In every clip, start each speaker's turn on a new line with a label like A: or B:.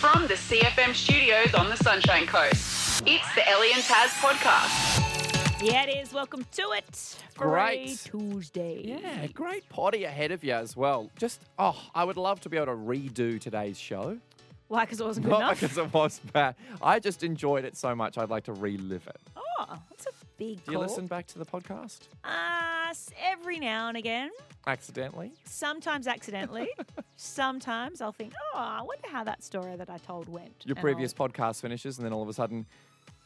A: from the CFM studios on the Sunshine Coast. It's the Ellie and Taz podcast.
B: Yeah, it is. Welcome to it.
C: Great.
B: Free Tuesday.
C: Yeah, great potty ahead of you as well. Just, oh, I would love to be able to redo today's show.
B: Why? Because it wasn't good
C: Not
B: enough.
C: because it was bad. I just enjoyed it so much, I'd like to relive it.
B: Oh, that's a big
C: Do
B: call.
C: you listen back to the podcast
B: Uh, s- every now and again,
C: accidentally?
B: sometimes accidentally. sometimes I'll think, oh, I wonder how that story that I told went.
C: Your
B: And
C: previous
B: I'll-
C: podcast finishes, and then all of a sudden,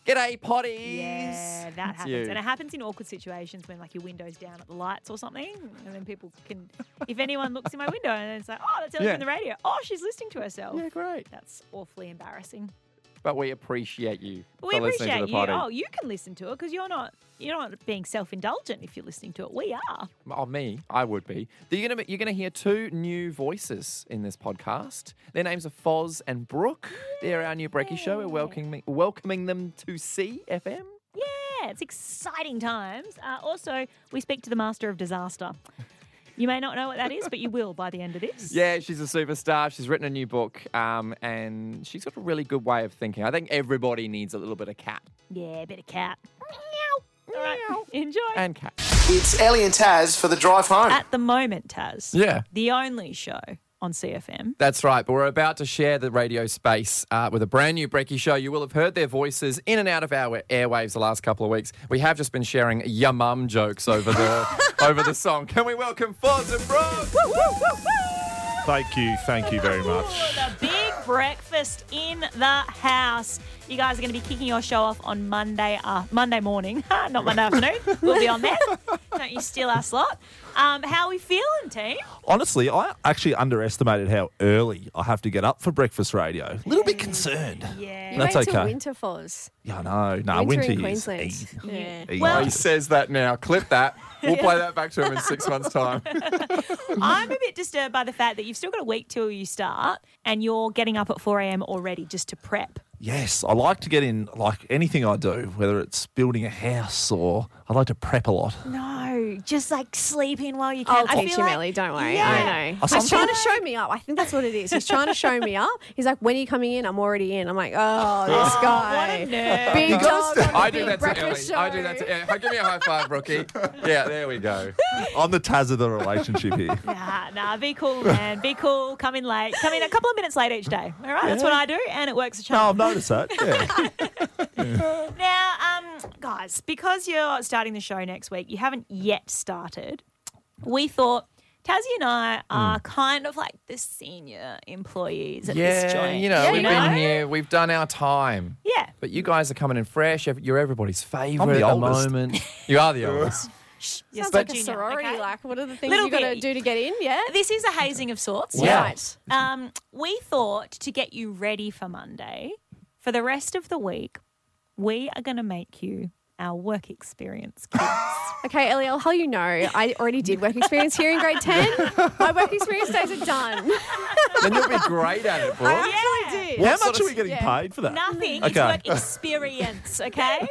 C: g'day, potties!
B: Yeah, that
C: That's
B: happens.
C: you.
B: And it happens in awkward situations when like your window's down at the lights or something. And then people can if anyone looks in my window and it's like, oh, that's Ellie
C: Yeah.
B: on the radio. Oh, she's listening to herself.
C: Yeah, great.
B: That's awfully embarrassing.
C: But we appreciate you
B: But we
C: for listening
B: appreciate
C: to the
B: you.
C: potty.
B: Oh, you can listen to it because you're not you're not being self indulgent if you're listening to it. We are.
C: Oh, me, I would be. You're gonna be- you're gonna hear two new voices in this podcast. Their names are Foz and Brooke. They're our new Brekkie show. We're welcoming welcoming them to CFM.
B: Yeah, it's exciting times. Uh, also, we speak to the master of disaster. You may not know what that is, but you will by the end of this.
C: Yeah, she's a superstar. She's written a new book, um, and she's got a really good way of thinking. I think everybody needs a little bit of cat
B: Yeah, a bit of cat. Meow. All right, enjoy.
C: and cat.
D: It's Ellie and Taz for the drive home.
B: At the moment, Taz.
C: Yeah.
B: The only show on CFM.
C: That's right, but we're about to share the radio space uh, with a brand new Brekkie show. You will have heard their voices in and out of our airwaves the last couple of weeks. We have just been sharing your mum jokes over the over the song. Can we welcome Foz and Brooks?
E: Thank you, thank you very much.
B: The big breakfast in the house. You guys are going to be kicking your show off on Monday, uh, Monday morning, not Monday afternoon. We'll be on there. Don't you steal our slot? Um, how are we feeling, team?
E: Honestly, I actually underestimated how early I have to get up for breakfast radio. A little bit concerned.
B: Yeah.
F: You
E: That's
F: wait till
E: okay.
F: winter falls.
E: Yeah, no, no,
F: winter,
E: winter,
F: in
E: is
F: Queensland.
E: easy.
F: Yeah.
E: easy.
B: Well-
C: He says that now. Clip that. We'll play that back to him in six months' time.
B: I'm a bit disturbed by the fact that you've still got a week till you start and you're getting up at 4 a.m. already just to prep.
E: yes, I like to get in like anything I do, whether it's building a house or I like to prep a lot.
B: No, just like sleep in while you
F: I'll
B: can. I
F: teach
B: feel
F: him,
B: like-
F: Ellie. Don't worry.
B: Yeah.
F: I know.
E: I
F: He's trying to
E: sometimes-
F: show me up. I think that's what it is. He's trying to show me up. He's like, when are you coming in? I'm already in. I'm like, oh, this guy.
B: What a nerd.
F: Big dog on the
C: I do
F: big
C: that to Ellie.
F: breakfast
C: I do that to
F: show.
C: Ellie. Give me a high five, Brookie. Yeah, there we go.
E: I'm the Taz of the relationship here.
B: Nah, nah, be cool, man. Be cool. Come in late. Come in a couple of minutes late each day. All right, that's what I do, and it works a
E: No,
B: charm.
E: I've noticed that. Yeah.
B: Now, um, guys, because you're starting the show next week, you haven't yet started. We thought Tassie and I are
C: Hmm.
B: kind of like the senior employees at this
C: Yeah,
B: joint.
C: you know,
B: you
C: we've
B: know?
C: been here. We've done our time.
B: Yeah.
C: But you guys are coming in fresh. Ev- You're everybody's favourite at the
E: oldest.
C: moment. You are the oldest.
B: You're
F: Sounds
B: still
F: like a
B: junior,
F: sorority.
B: okay?
F: Like, what are the things
B: Little
F: you got to
B: bit.
F: do to get in? Yeah.
B: This is a hazing of sorts.
C: Yeah.
F: Right.
B: Um, we thought to get you ready for Monday, for the rest of the week, we are going to make you our work experience kids.
F: Okay, Ellie, I'll- how you know? I already did work experience here in grade 10. My work experience days are done.
C: then you'll be great at it, Brooke.
F: I actually did.
E: how much
C: sort
E: are
C: of-
E: we getting
F: yeah.
E: paid for that?
B: Nothing. It's
E: Okay.
B: work experience, okay?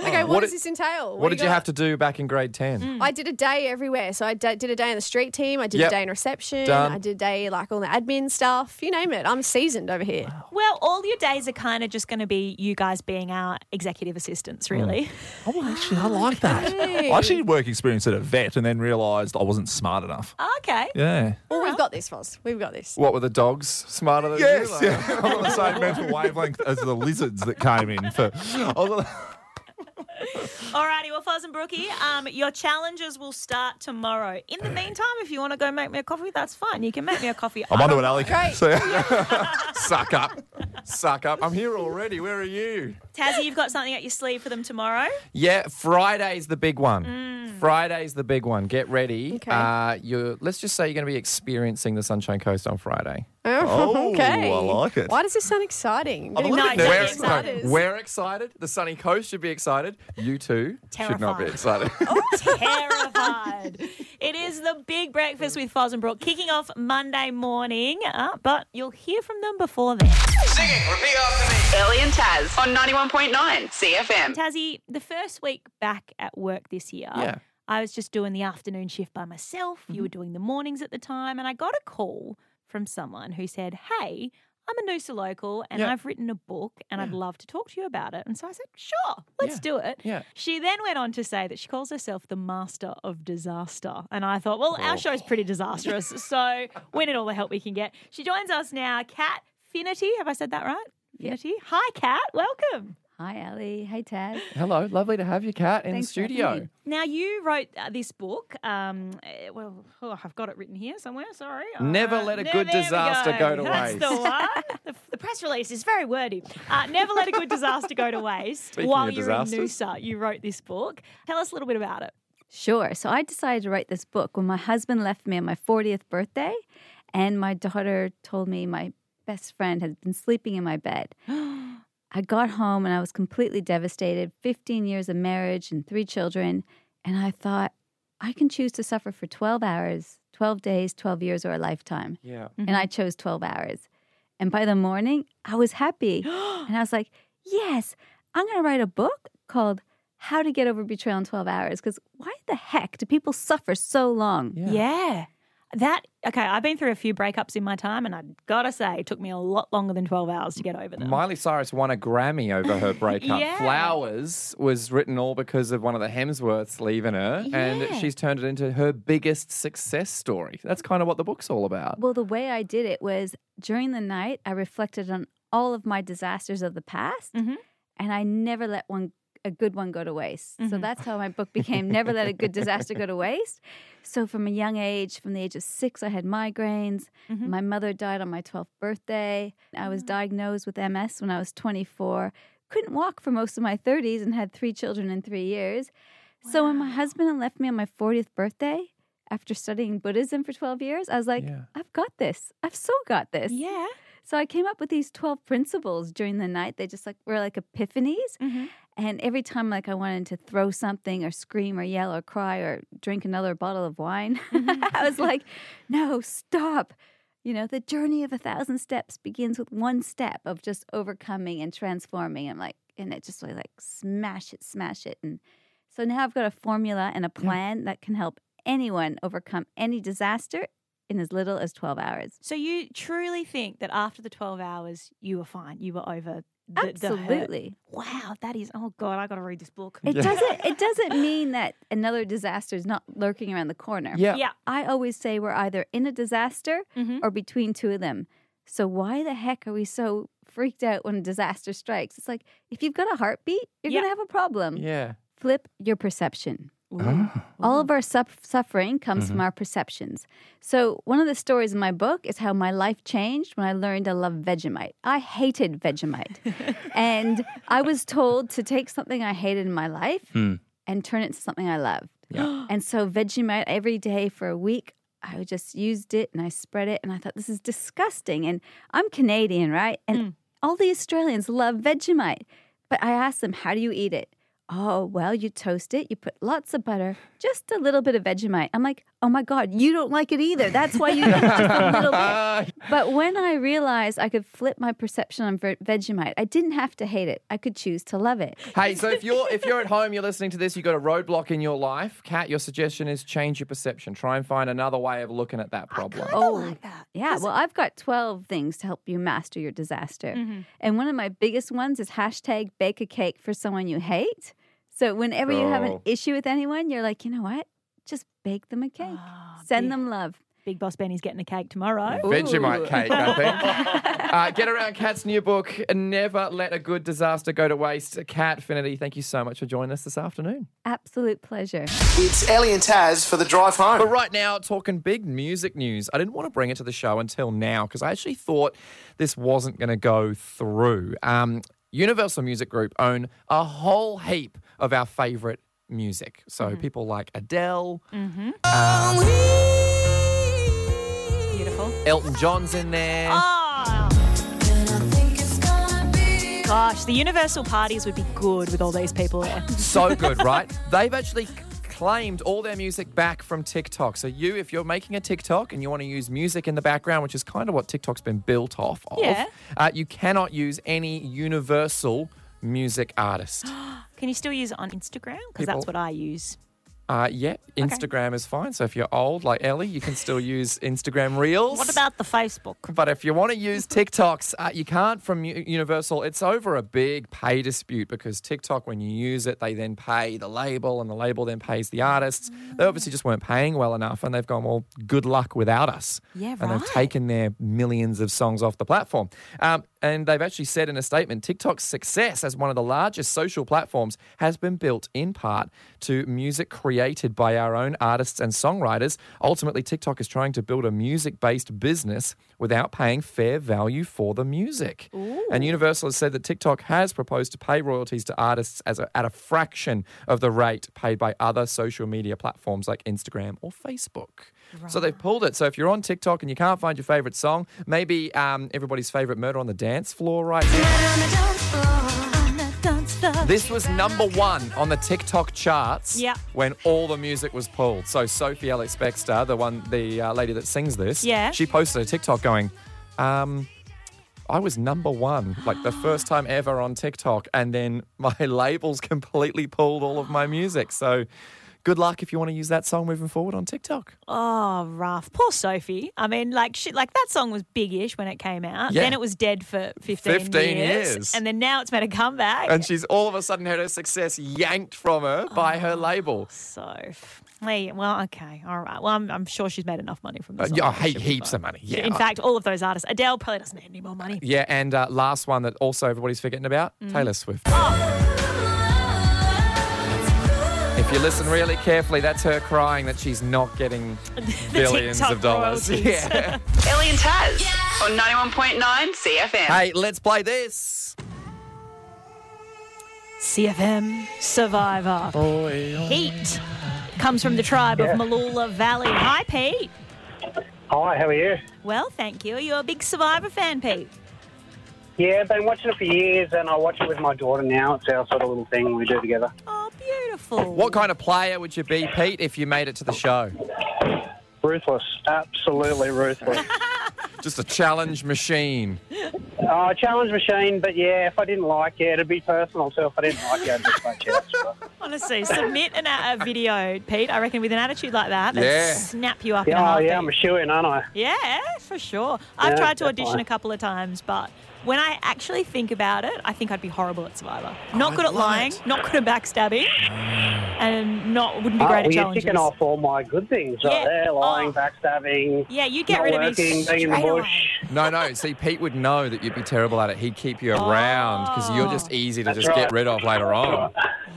F: Okay, what,
C: What
F: does
C: did-
F: this entail?
C: What did you
F: got?
C: have to do back in grade 10?
G: Mm.
F: I
E: Hmm.
F: did a day everywhere. So I d- did a day in the street team. I did
C: Yep.
F: a day in reception.
C: Done.
F: I did a day like all the admin stuff. You name it. I'm seasoned over here.
B: well, all your days are kind of just going to be you guys being our executive assistants, really.
E: Oh, actually, I like that. I actually did work experience at a vet and then realised I wasn't smart enough.
B: Okay.
E: Yeah.
F: Well, we've got this, Foz. We've got this.
C: What were the dogs smarter than you?
E: Yes,
C: Like-
E: yeah. I'm on the same mental wavelength as the lizards that came in. For I was-
B: Alrighty, well, Foz and Brookie, um, your challenges will start tomorrow. In the meantime, if you want to go make me a coffee, that's fine. You can make me a coffee.
E: I'm
B: I
C: um,
E: onto
B: don't
E: an alley.
F: Great.
E: So,
C: Suck up. Suck up. I'm here already. Where are you?
B: Tassie, you've got something up your sleeve for them tomorrow.
C: Yeah, Friday's the big one. Friday's the big one. Get ready.
F: Okay.
C: Uh, you're, let's just say you're going to be experiencing the Sunshine Coast on Friday.
E: Oh, I like it.
F: Why does this sound exciting?
E: I'm a little
B: No, don't
E: bit
B: be
C: We're,
E: nervous.
B: excited.
C: no, we're excited. The Sunny Coast should be excited. You too should not be excited.
B: Oh, terrified. it is the big breakfast with Foz and Brooke kicking off Monday morning, uh, but you'll hear from them before then.
A: Ellie and Taz on 91.9 CFM.
B: Tassie, the first week back at work this year,
C: Yeah. Mm-hmm.
B: I was just doing the afternoon shift by myself. You were doing the mornings at the time, and I got a call from someone who said, Hey, I'm a Noosa local and
C: Yeah.
B: I've written a book and I'd love to talk to you about it. And so I said, sure, let's
C: Yeah.
B: do it.
C: Yeah.
B: She then went on to say that she calls herself the master of disaster. And I thought, well,
C: Oh.
B: our show's pretty disastrous. so we need all the help we can get. She joins us now, Kat Finity. Have I said that right? Finity. Hi, Kat. Welcome.
H: Hi, Ali. Hey, Taz.
C: Hello, lovely to have you, Kat, in
H: Thanks
C: the
H: for having
C: studio.
H: me.
B: Now, you wrote uh, this book. Um, eh, well, oh, I've got it written here somewhere. Sorry.
C: Never
B: Uh,
C: let a
B: no,
C: good
B: there we
C: disaster go to
B: That's
C: waste.
B: the one. The, the press release is very wordy. Uh, Never let a good disaster go to waste.
C: Speaking
B: While
C: of
B: you're in
C: disasters.
B: Noosa, you wrote this book. Tell us a little bit about it.
H: Sure. So I decided to write this book when my husband left me on my 40th birthday, and my daughter told me my best friend had been sleeping in my bed. I got home and I was completely devastated 15 years of marriage and three children. And I thought, I can choose to suffer for 12 hours, 12 days, 12 years, or a lifetime.
C: Yeah.
H: and I chose 12 hours. And by the morning, I was happy. and I was like, yes, I'm going to write a book called How to Get Over Betrayal in 12 Hours. Because why the heck do people suffer so long?
C: Yeah.
B: Yeah. That okay, I've been through a few breakups in my time and I gotta say it took me a lot longer than twelve hours to get over them.
C: Miley Cyrus won a Grammy over her breakup.
B: Yeah.
C: Flowers was written all because of one of the Hemsworths leaving her, and
B: Yeah.
C: she's turned it into her biggest success story. That's kind of what the book's all about.
H: Well, the way I did it was during the night, I reflected on all of my disasters of the past,
C: Mm-hmm.
B: Mhm.
H: and I never let one a good one go to waste.
C: Mm-hmm.
H: So that's how my book became Never Let a Good Disaster Go to Waste. So from a young age, from the age of 6, I had migraines.
C: Mm-hmm.
H: My mother died on my 12th birthday. I
C: Ah.
H: was diagnosed with MS when I was 24. Couldn't walk for most of my 30s and had 3 children in 3 years. So when my husband left me on my 40th birthday, after studying Buddhism for 12 years, I was like,
C: Yeah.
H: I've got this. I've so got this.
B: yeah.
H: So I came up with these 12 principles during the night. They just like were like epiphanies.
B: Mm-hmm.
H: And every time like I wanted to throw something or scream or yell or cry or drink another bottle of wine,
B: Mm-hmm.
H: I was like, no, stop. You know, the journey of a thousand steps begins with one step of just overcoming and transforming. And like, and it just really like smash it, smash it. And so now I've got a formula and a plan that can help anyone overcome any disaster in as little as 12 hours.
B: So you truly think that after the twelve hours you were fine. You were over the, the hurt.
H: Absolutely.
B: Wow, that is oh god, I gotta read this book.
H: It doesn't it doesn't mean that another disaster is not lurking around the corner.
C: yeah. Mm-hmm.
B: yeah.
H: I always say we're either in a disaster
B: Mhm.
H: or between two of them. So why the heck are we so freaked out when a disaster strikes? It's like if you've got a heartbeat, you're
B: Yeah.
H: going to have a problem.
C: Yeah.
H: Flip your perception.
B: Ooh.
C: Ah.
H: All of our suff suffering comes
C: Mm-hmm.
H: from our perceptions. So, one of the stories in my book is how my life changed when I learned I love Vegemite. I hated Vegemite. and I was told to take something I hated in my life and turn it into something I loved. and so, Vegemite every day for a week, I just used it and I spread it. And I thought, this is disgusting. And I'm Canadian, right? And all the Australians love Vegemite. But I asked them, how do you eat it? Oh, well, you toast it, you put lots of butter, just a little bit of Vegemite. I'm like, oh my God, you don't like it either. That's why you eat just a little
C: Uh,
H: bit. But when I realized I could flip my perception on Ve- Vegemite, I didn't have to hate it. I could choose to love it.
C: Hey, so if you're if you're at home, you're listening to this, you've got a roadblock in your life. Kat, your suggestion is change your perception. Try and find another way of looking at that problem.
B: Oh, like that.
H: Yeah, well, I've got 12 things to help you master your disaster.
B: Mm-hmm.
H: And one of my biggest ones is hashtag bake a cake for someone you hate. So whenever you have an
C: Oh.
H: issue with anyone, you're like, you know what? Just bake them a cake.
B: Ah,
H: Send them love.
B: Big Boss Benny's getting a cake tomorrow.
C: Vegemite cake, I think. uh, get around Kat's new book, Never Let a Good Disaster Go to Waste. Kat Finity, thank you so much for joining us this afternoon.
H: Absolute pleasure.
D: It's Ellie and Taz for the drive
C: But
D: home.
C: right now, talking big music news. I didn't want to bring it to the show until now because I actually thought this wasn't going to go through. Um, Universal Music Group own a whole heap of our favorite music. So
B: Mm-hmm.
C: people like Adele,
B: Mm. Beautiful.
C: Elton John's in there.
B: Oh gosh, the Universal parties would be good with all these people there.
C: So good, right? They've actually c- claimed all their music back from TikTok. So you, if you're making a TikTok and you want to use music in the background, which is kind of what TikTok's been built off of,
B: Yeah.
C: uh, you cannot use any Universal music artist.
B: Can you still use it on Instagram? Because
C: People-
B: that's what I use.
C: Uh, yeah, Instagram is fine. So if you're old like Ellie, you can still use Instagram Reels.
B: What about the Facebook?
C: But if you want to use TikToks, uh, you can't from U- Universal. It's over a big pay dispute because TikTok, when you use it, they then pay the label and the label then pays the artists. They obviously just weren't paying well enough and they've gone, well, good luck without us.
B: Yeah,
C: And
B: right.
C: they've taken their millions of songs off the platform. Um, and they've actually said in a statement TikTok's success as one of the largest social platforms has been built in part to music created by our own artists and songwriters. Ultimately, TikTok is trying to build a music based business without paying fair value for the music. And Universal has said that TikTok has proposed to pay royalties to artists as a, at a fraction of the rate paid by other social media platforms like Instagram or Facebook. So they've pulled it. So if you're on TikTok and you can't find your favorite song, maybe um, everybody's favorite murder on the dance floor right now. This was number one on the TikTok charts
B: Yeah.
C: when all the music was pulled. So Sophie Alex Bextor, the one, the uh, lady that sings this,
B: Yeah.
C: she posted a TikTok going, um, I was number one, like the first time ever on TikTok, and then my labels completely pulled all of my music. So good luck if you want to use that song moving forward on TikTok.
B: Oh, rough. Poor Sophie. I mean, like she, like that song was big-ish when it came out.
C: Yeah.
B: Then it was dead for 15,
C: 15 years.
B: And then now it's made a comeback.
C: And she's all of a sudden had her success yanked from her by
B: Oh,
C: her label.
B: so, hey, well, okay. All right. Well, I'm, I'm sure she's made enough money from
C: Uh,
B: this.
C: yeah,
B: already.
C: he-
B: She'll be
C: heaps
B: fine.
C: of money. Yeah.
B: In
C: I-
B: fact, all of those artists. Adele probably doesn't need any more money.
C: yeah, and uh, last one that also everybody's forgetting about Taylor Swift. If you listen really carefully, that's her crying that she's not getting billions
B: TikTok
C: of dollars.
B: royalties.
C: Yeah.
A: Ellie and Taz on 91.9 CFM.
C: hey, let's play this.
B: CFM Survivor. Heat comes from the tribe of Malula Valley. Hi, Pete.
I: Hi, how are you?
B: Well, thank you. Are you a big Survivor fan, Pete?
I: Yeah, I've been watching it for years, and I watch it with my daughter now. It's our sort of little thing we do together.
B: Oh, beautiful.
C: What kind of player would you be, Pete, if you made it to the show?
I: Ruthless, absolutely ruthless.
C: Just a challenge machine.
I: uh, challenge machine, but yeah, if I didn't like it, it'd be personal too. If I didn't like it, I'd just punch out. But,
B: Honestly, submit an, a a video, Pete. I reckon with an attitude like that, they'd
C: Yeah.
B: snap you up. in a
I: yeah, oh,
B: heartbeat.
I: yeah, I'm a shoe in, aren't I? Uh,
B: Yeah, for sure. I've
I: Yeah,
B: tried to
I: definitely.
B: audition a couple of times, but when I actually think about it, I think I'd be horrible at Survivor. Not good at lying, not good at backstabbing, and not wouldn't be great
I: Oh, well,
B: at
I: you're
B: challenges.
I: ticking off all my good things right
B: Yeah.
I: there: lying,
B: Oh.
I: backstabbing,
B: Yeah, you'd get
I: not
B: rid of me
I: working,
B: straight
I: being in the
B: away.
I: bush.
C: No, no. See, Pete would know that you'd be terrible at it. He'd keep you around because you're just easy to just get
I: right.
C: rid of later on.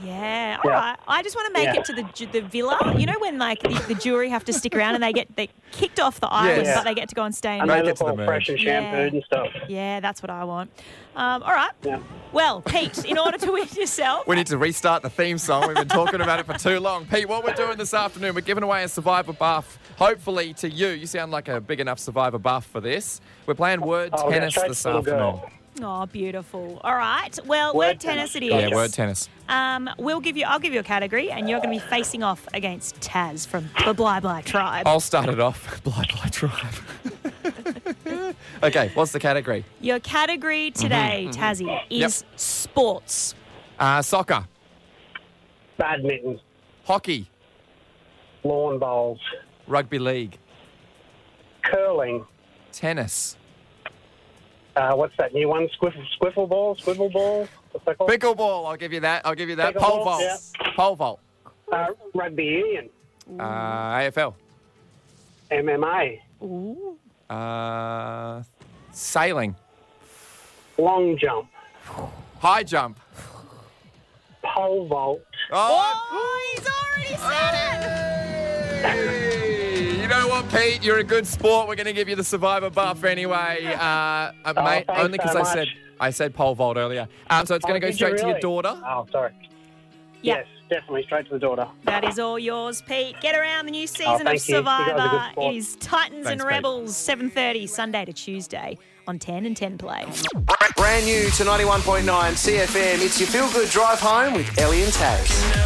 B: Yeah, all
I: Yeah.
B: right. I just want to make
I: Yeah.
B: it to the ju- the villa. You know when like the, the jury have to stick around and they get they kicked off the island,
C: Yes.
B: but they get to go and stay in
I: And
C: Make
I: they
C: it
I: look
C: to the
I: all
C: moon.
I: fresh and
B: Yeah.
I: shampooed and stuff.
B: Yeah, that's what I want. Um, all right.
I: Yeah.
B: Well, Pete, in order to win yourself,
C: We need to restart the theme song. We've been talking about it for too long. Pete, what we're doing this afternoon, we're giving away a survivor buff, hopefully to you. You sound like a big enough survivor buff for this. We're playing word
I: Oh, yeah,
C: tennis
I: straight
C: this
I: to the
C: afternoon.
I: girl.
B: oh, beautiful. All right. Well, word,
I: Word
B: tennis.
I: tennis.
B: it
C: Yeah,
B: is.
C: word tennis.
B: Um, we'll give you. I'll give you a category, and you're going to be facing off against Taz from the Blah Blah Tribe.
I: Oh.
C: I'll start it off. Blind Light Drive. okay, what's the category?
B: Your category
I: Mm-hmm,
B: today, Tazzy, is sports.
C: Uh, soccer,
I: Badminton,
C: hockey,
I: lawn bowls,
C: rugby league,
I: curling.
C: tennis,
I: Uh, what's that new one? Squiffle, squiffle ball, squiffle ball. What's that called?
C: pickleball. I'll give you that. I'll give you that. Pole
I: Pickleball,
C: vault. Pole vault.
I: Uh, rugby union,
C: Uh, AFL.
I: MMA,
C: Uh, sailing,
I: long jump,
C: high jump.
I: pole vault.
C: Oh, he's already said it. You know what, Pete? You're a good sport. We're going to give you the survivor buff anyway, uh, uh, mate.
I: Oh, thanks
C: only because
I: so
C: I
I: much.
C: said I said pole vault earlier. Um, so it's going to
I: Oh,
C: go
I: did you
C: straight to your
I: really?
C: daughter.
I: Oh, sorry. Yes, definitely straight to the daughter.
B: That is all yours, Pete. Get around the new
I: Oh,
B: season
I: thank
B: of
I: you. You guys are good
B: Survivor.
I: sport.
B: It is Titans
C: Thanks,
B: and
C: Pete.
B: Rebels, 7.30, Sunday to Tuesday on 10 and 10 Play.
D: Brand new to 91.9 CFM. It's your feel good drive home with Ellie and Taz.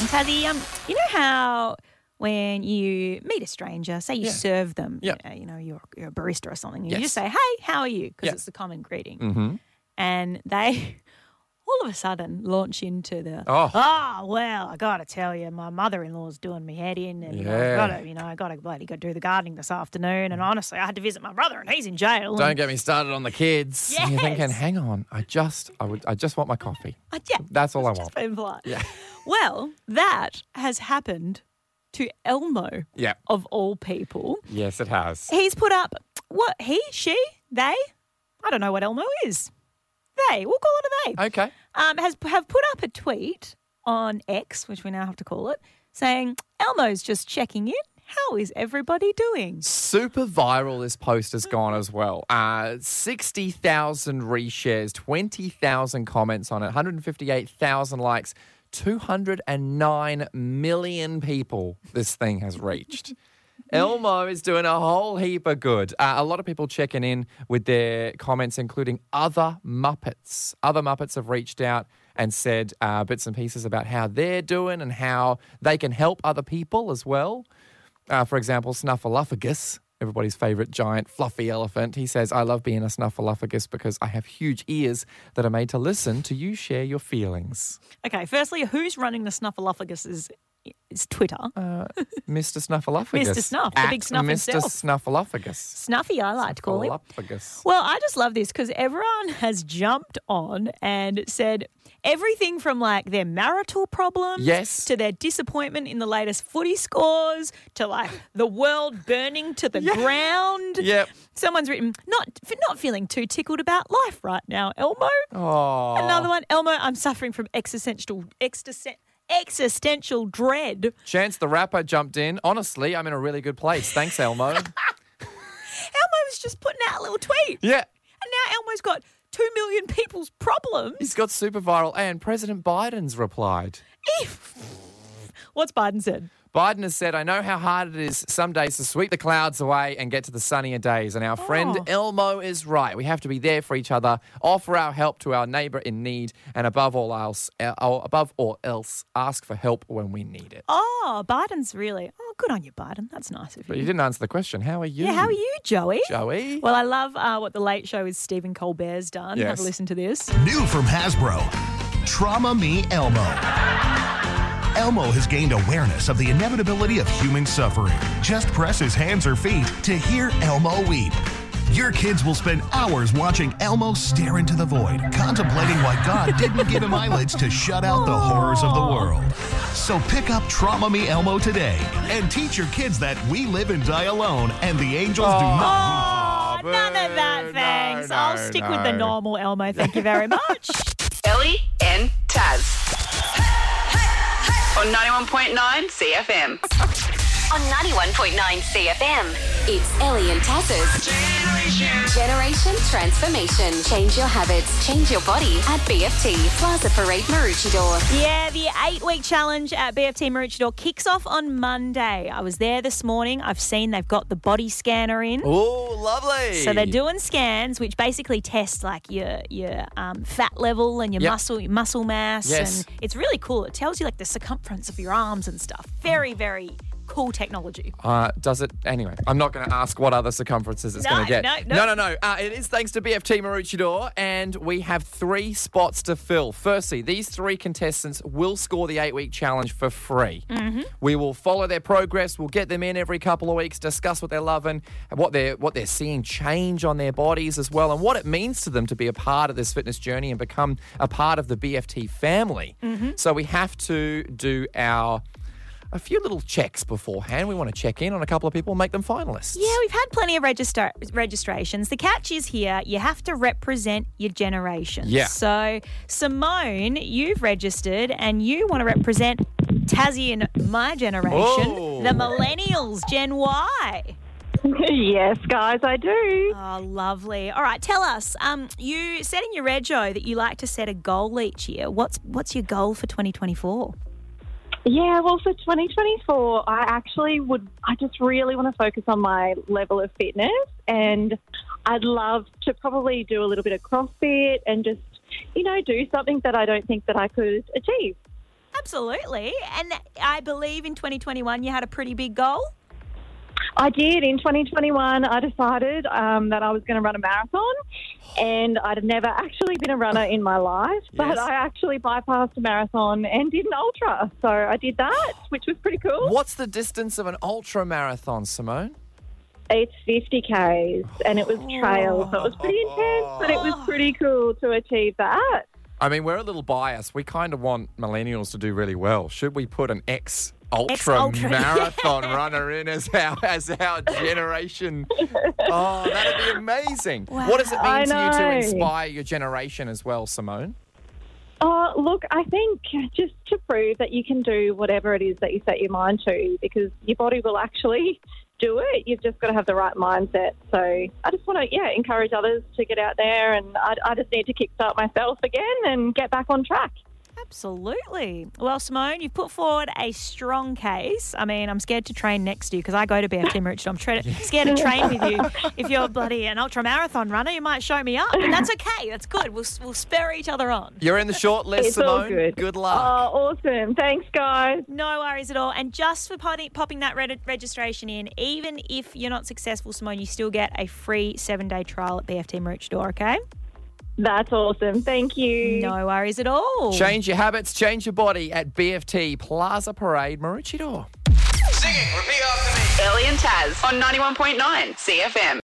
B: And Tazzy, um, you know how when you meet a stranger, say you serve them,
C: Yeah.
B: you know, you know you're, you're a barista or something, you
C: Yes. Mm-hmm.
B: just say, hey, how are you? Because
C: Yeah.
B: it's a common greeting. And they all of a sudden launch into the
C: Oh.
B: well, I gotta tell you, my mother-in-law's doing me head in, and you know,
C: Yeah.
B: I gotta, you know, I gotta bloody go do the gardening this afternoon. And honestly, I had to visit my brother, and he's in jail.
C: Don't
B: and
C: get me started on the kids. And You're thinking,
B: Yes.
C: hang on, I just, I would, I just want my coffee.
B: I, yeah,
C: That's all I
B: just
C: want.
B: being polite. Yeah. Well, that has happened to Elmo.
C: Yeah.
B: Of all people,
C: Yes, it has.
B: he's put up what he, she, they. I don't know what Elmo is. They. We'll call it a they.
C: Okay.
B: um, has have put up a tweet on X, which we now have to call it, saying Elmo's just checking in. How is everybody doing?
C: Super viral this post has gone as well. Uh, 60,000 reshares, 20,000 comments on it, 158,000 likes, 209 million people this thing has reached. Elmo is doing a whole heap of good. Uh, a lot of people checking in with their comments, including other Muppets. Other Muppets have reached out and said uh, bits and pieces about how they're doing and how they can help other people as well. Uh, for example, Snuffleupagus, everybody's favorite giant fluffy elephant. He says, I love being a Snuffleupagus because I have huge ears that are made to listen to you share your feelings.
B: Okay, firstly, who's running the Snuffleupagus is is Twitter.
C: Uh, Mr. Snuffleupagus.
B: Mr. Snuff, the
C: at
B: big Snuff
C: Mr.
B: himself.
C: Snuffleupagus.
B: Snuffy, I like to call him.
C: Snuffleupagus.
B: Well, I just love this because everyone has jumped on and said everything from like their marital problems
C: Yes.
B: to their disappointment in the latest footy scores to like the world burning to the ground.
C: Yep.
B: Someone's written not f- not feeling too tickled about life right now, Elmo.
C: Oh.
B: Another one, Elmo. I'm suffering from existential existen- existential dread.
C: Chance the rapper jumped in. Honestly, I'm in a really good place. Thanks, Elmo.
B: Elmo was just putting out a little tweet,
C: yeah.
B: and now Elmo's got two million people's problems.
C: He's got super viral, and President Biden's replied.
B: What's Biden said?
C: Biden has said, I know how hard it is some days to sweep the clouds away and get to the sunnier days. And our friend
B: Oh.
C: Elmo is right. We have to be there for each other, offer our help to our neighbor in need, and above all else, uh, oh, above all else, ask for help when we need it.
B: Oh, Biden's really. Oh, good on you, Biden. That's nice of
C: But
B: you.
C: you didn't answer the question. How are you?
B: yeah, how are you, Joey?
C: Joey?
B: Well, I love uh, what the Late Show is. Stephen Colbert's done. Have
C: Yes.
B: a listen to this.
J: New from Hasbro Trauma Me Elmo. Elmo has gained awareness of the inevitability of human suffering. Just press his hands or feet to hear Elmo weep. Your kids will spend hours watching Elmo stare into the void, contemplating why God didn't give him eyelids to shut out the horrors of the world. So pick up Trauma Me Elmo today and teach your kids that we live and die alone and the angels do not.
B: Oh, none of that,
C: no,
B: thanks. I'll
C: no,
B: stick with the
C: no.
B: normal Elmo. Thank you very much.
A: Ellie and Taz. On 91.9 CFM.
K: On 91.9 CFM, it's Ellie and Taz's Generation Transformation. Change your habits, change your body at BFT, Plaza Parade Maroochydore.
B: yeah, the eight week challenge at BFT Maroochydore kicks off on Monday. I was there this morning. I've seen they've got the body scanner in.
C: Oh, lovely.
B: So they're doing scans, which basically test like your your um, fat level and your
C: Yep.
B: muscle your muscle mass,
C: Yes.
B: and it's really cool. It tells you like the circumference of your arms and stuff. Very very cool technology.
C: Uh, does it anyway? I'm not going to ask what other circumferences it's
B: No,
C: going to get.
B: no,
C: no,
B: no.
C: no. no. Uh, it is thanks to BFT Maroochydore, and we have three spots to fill. Firstly, these three contestants will score the eight-week challenge for free. We will follow their progress. We'll get them in every couple of weeks, discuss what they're loving, and what they're what they're seeing change on their bodies as well, and what it means to them to be a part of this fitness journey and become a part of the BFT family. So we have to do our a few little checks beforehand. We want to check in on a couple of people and make them finalists.
B: Yeah, we've had plenty of register- registrations. The catch is here, you have to represent your generation.
C: Yeah.
B: So, Simone, you've registered and you want to represent Tassie and my generation,
C: Oh.
B: the millennials, Gen Y.
G: yes, guys, I do.
B: Oh, lovely. All right, tell us. Um, you said in your rego that you like to set a goal each year. What's what's your goal for 2024?
G: Yeah, well, for 2024, I actually would, I just really want to focus on my level of fitness. And I'd love to probably do a little bit of CrossFit and just, you know, do something that I don't think that I could achieve.
B: Absolutely. And I believe in 2021 you had a pretty big goal.
G: I did in 2021. I decided um, that I was going to run a marathon, and I'd never actually been a runner in my life. But
C: Yes.
G: I actually bypassed a marathon and did an ultra. So I did that, which was pretty cool.
C: What's the distance of an ultra marathon, Simone?
G: It's 50 k's, and it was trail, so it was pretty intense, but it was pretty cool to achieve that.
C: I mean, we're a little biased. We kind of want millennials to do really well. Should we put an ex ultra
G: Ex-ultra,
C: marathon runner in as our as our generation? oh, that'd be amazing. What does it
G: Wow.
C: mean
G: I
C: to you to
G: know.
C: inspire your generation as well, Simone?
G: Oh, look, I think just to prove that you can do whatever it is that you set your mind to, because your body will actually do it. You've just got to have the right mindset. So I just want to, yeah, encourage others to get out there, and I, I just need to kickstart myself again and get back on track.
B: Absolutely. Well, Simone, you've put forward a strong case. I mean, I'm scared to train next to you because I go to BFT in Richmond. I'm tre- scared to train with you. If you're bloody an ultra marathon runner, you might show me up, but that's okay. That's good. We'll, s- we'll spur each other on.
C: You're in the short list,
B: It's all
C: Simone.
B: good.
C: luck.
G: Oh, awesome. Thanks, guys.
B: No worries at all. And just for potty- popping that re- registration in, even if you're not successful, Simone, you still get a free seven day trial at BFT Merchador, okay?
G: That's awesome. Thank you.
B: No worries at all.
C: Change your habits, change your body at BFT Plaza Parade, Maroochydore.
A: Ellie and Taz on 91.9 CFM.